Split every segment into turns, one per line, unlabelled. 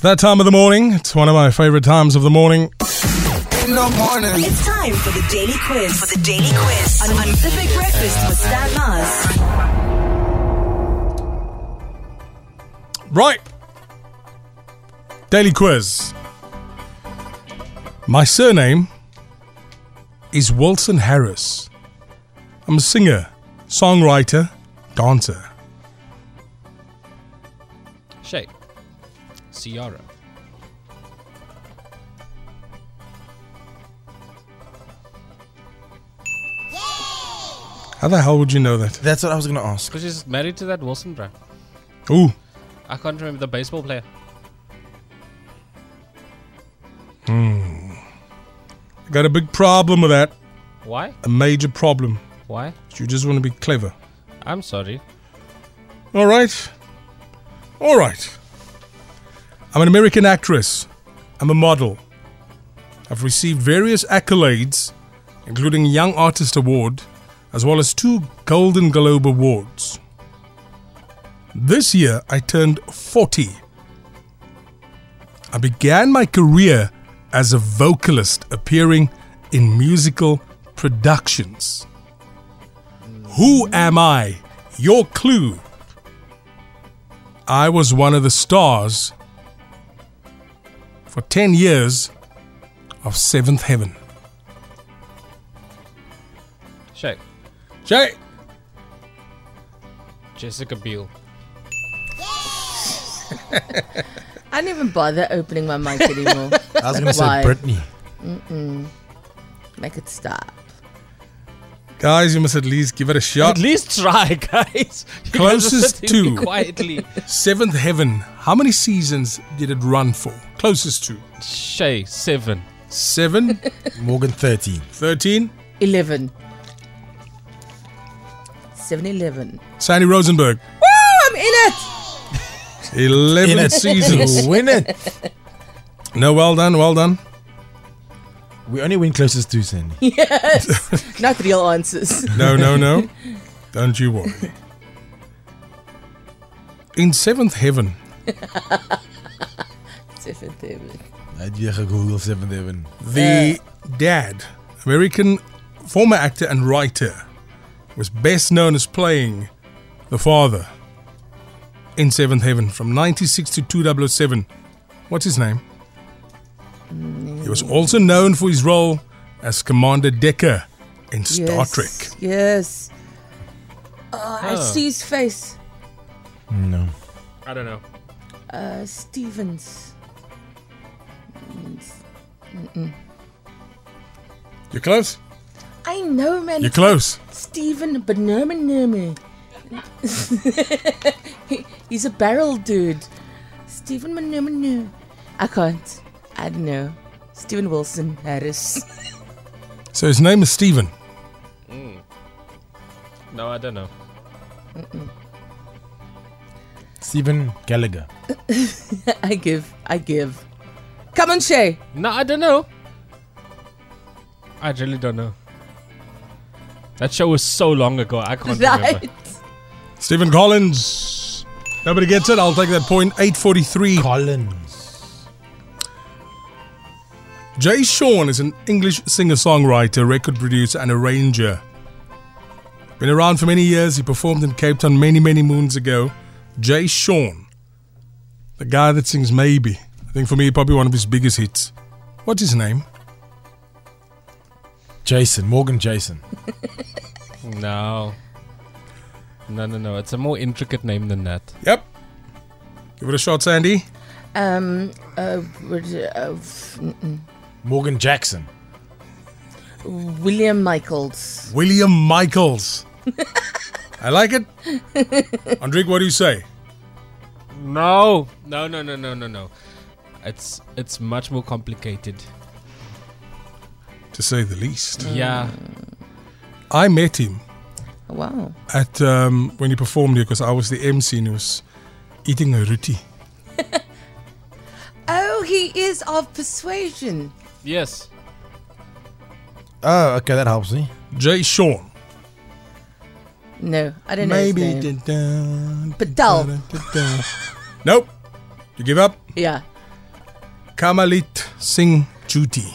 That time of the morning, it's one of my favourite times of the morning.
In the morning.
It's time for the daily quiz. For the daily quiz on, on the Big Breakfast with Stan Mars.
Right. Daily quiz. My surname is Wilson Harris. I'm a singer, songwriter, dancer.
Shape. Ciara.
How the hell would you know that?
That's what I was going to ask.
Because she's married to that Wilson, bro.
Ooh,
I can't remember the baseball player.
I got a big problem with that.
Why?
A major problem.
Why?
You just want to be clever.
I'm sorry.
All right. All right. I'm an American actress. I'm a model. I've received various accolades, including Young Artist Award, as well as two Golden Globe Awards. This year, I turned 40. I began my career as a vocalist, appearing in musical productions. Who am I? Your clue. I was one of the stars for 10 years of Seventh Heaven.
Shape.
Jay!
Jessica Biel.
I didn't even bother opening my mic anymore.
I was going to say
Why?
Britney.
Make it stop.
Guys, you must at least give it a shot.
At least try, guys. You
Uh,
guys are
Closest
sitting
to.
Quietly.
Seventh Heaven, how many seasons did it run for? Closest to?
Shay. Seven.
7,
Morgan 13.
13.
11. 7 Eleven.
Sandy Rosenberg,
Woo! I'm in it!
11 seasons.
Win it.
No, well done, well done.
We only win closest to Sandy.
Not real answers.
No, no, no. Don't you worry. In Seventh Heaven,
Seventh Heaven.
I did Google 7 Heaven.
the dad, American former actor and writer, was best known as playing the father in Seventh Heaven from 96 to 2007. What's his name? He was also known for his role as Commander Decker in Star
Yes,
Trek.
Yes. Oh, I
Oh.
see his face.
No.
I don't know.
Uh, Stevens.
You're close.
I know, man.
You're close.
Steven Benermanumi. he, he's a barrel dude. Steven Benermanu. I can't. I don't know. Steven Wilson Harris.
So his name is Stephen.
No, I don't know.
Stephen Gallagher.
I give. I give. Come on, Shay.
No, I don't know. I really don't know. That show was so long ago. I can't remember.
Right.
Stephen Collins. Nobody gets it. I'll take that point. 843.
Collins.
Jay Sean is an English singer songwriter, record producer, and arranger. Been around for many years. He performed in Cape Town many, many moons ago. Jay Sean, the guy that sings Maybe. I think for me, probably one of his biggest hits. What's his name?
Jason. Morgan Jason.
No. No, no, no. It's a more intricate name than that.
Yep. Give it a shot, Sandy.
Um. Uh. would- uh, f- mm-mm.
Morgan Jackson.
William Michaels.
William Michaels. I like it. Andrik, what do you say?
No. No, no, no, no, no, no. It's it's much more complicated.
To say the least.
Yeah.
I met him
Wow.
at um, when he performed here because I was the MC and he was eating a ruti.
Oh, he is of persuasion.
Yes.
Oh, okay, that helps me.
Jay Sean.
No, I don't know.
Maybe.
His name.
dun, dun,
Patel.
dun, dun, dun. nope. You give up?
Yeah.
Kamalit Singh Juti.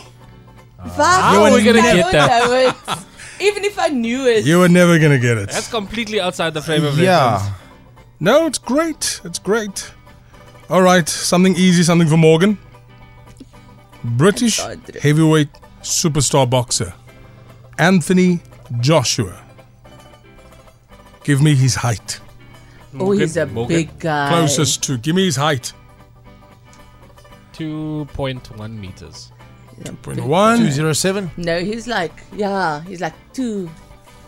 How
are we Ah. gonna get that?
Even if I knew it.
You were never going to get it.
That's completely outside the frame of reference.
Yeah.
No, it's great. It's great. All right, something easy, something for Morgan. British
Andre.
heavyweight superstar boxer Anthony Joshua. Give me his height.
oh, he's a
Morgan.
big guy.
Closest to. Give me his height.
2.1 meters.
He's a big-
21.
207?
No, he's like, yeah, he's like two,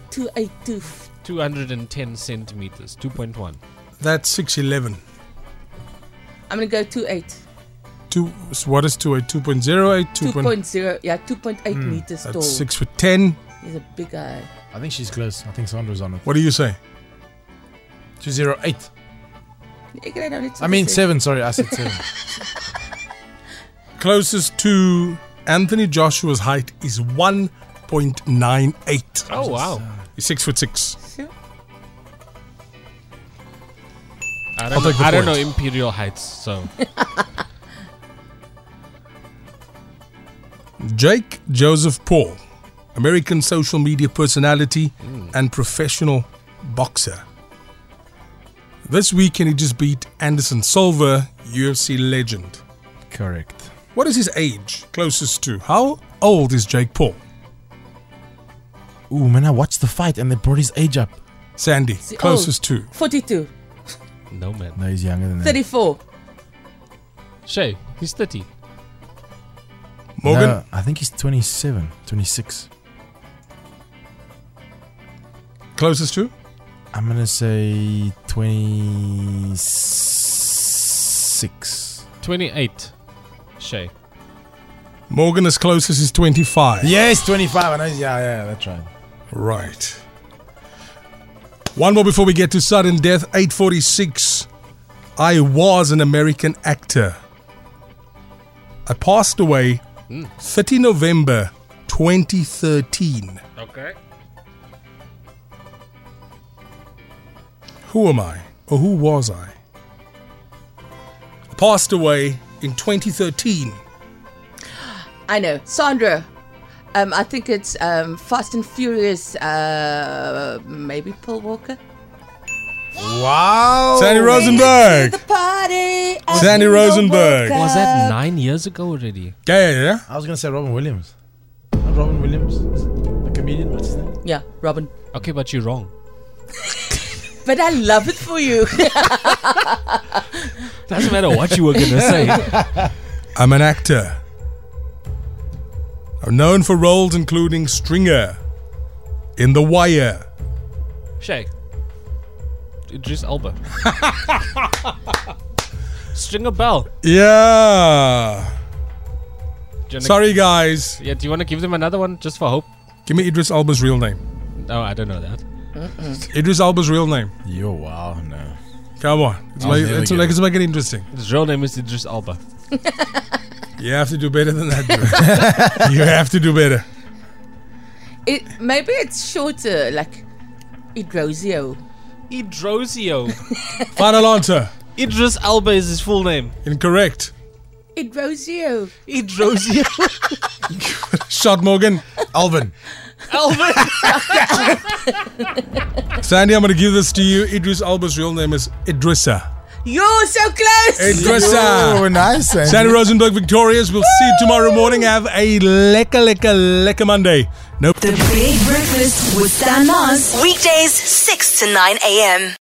two eight two. f-
210 centimeters. 2.1.
That's 6'11.
I'm gonna go two eight.
Two, so what is 2.8? 2.08?
2.0,
2.0.
yeah, 2.8 meters tall.
Hmm, That's 6 foot 10.
He's a big guy.
I think she's close. I think Sandra's on it.
What do you say?
208.
Ek het nou net so
I mean,
gesê.
seven. Sorry, I said seven.
Closest to Anthony Joshua's height is 1.98.
Oh, wow.
He's six foot six.
I
I'll
don't, know,
take the
I don't know
point.
imperial heights, so.
Jake Joseph Paul, American social media personality
Hmm.
and professional boxer. This weekend he just beat Anderson Silva, UFC legend.
Correct.
What is his age closest to? How old is Jake Paul?
Ooh, man, I watched the fight and they brought his age up.
Sandy,
See,
closest
oh,
to.
42,
no, man.
No, he's younger than that.
34.
Shay, he's 30.
Morgan?
No, I think he's 27, 26.
Closest to?
I'm going to say 26.
28. Shay.
Morgan as closest is 25.
Yes, 25. I know. Yeah, yeah, that's right.
Right. One more before we get to sudden death. 846. I was an American actor. I passed away 30 November 2013.
Okay.
Who am I? Or who was I? I passed away in 2013.
I know. Sandra. Um, I think it's um, Fast and Furious, uh, maybe Paul Walker.
Wow.
Sandy Rosenberg.
The party. at
Sandy
the
Rosenberg.
Walker.
Was that nine years ago already?
Yeah, yeah, yeah.
I was going to say Robin Williams. Not Robin Williams. The comedian. What's his name?
Yeah, Robin.
Okay, but you're wrong.
But I love it for you.
Doesn't matter what you were going to say.
I'm an actor. I'm known for roles including Stringer, In the Wire,
Shay. Idris Elba. Stringer Bell.
Yeah.
Do you wanna-
Sorry, guys.
Yeah, do you want to give them another one just for hope?
Give me Idris Elba's real name.
No, I don't know that.
Idris Elba's real name.
Yo, wow, no.
Come on. It's
I'll
like,
never
it's
get
like,
it.
it's make it interesting.
His real name is Idris Elba.
You have to do better than that, dude. you have to do better.
it, maybe it's shorter, like Idrozio.
Idrosio.
Final answer.
Idris Elba is his full name.
Incorrect.
Idrozio.
Idrosio.
Shot, Morgan.
Alvin.
Elba.
Sandy, I'm going to give this to you. Idris Elba's real name is Idrissa.
You're so close.
Idrissa.
nice.
Sandy Rosenberg, victorious. We'll see you tomorrow morning. Have a lekker, lekker, lekker Monday. No
The Big Breakfast with Stan Mars. Weekdays, 6 to 9 a.m.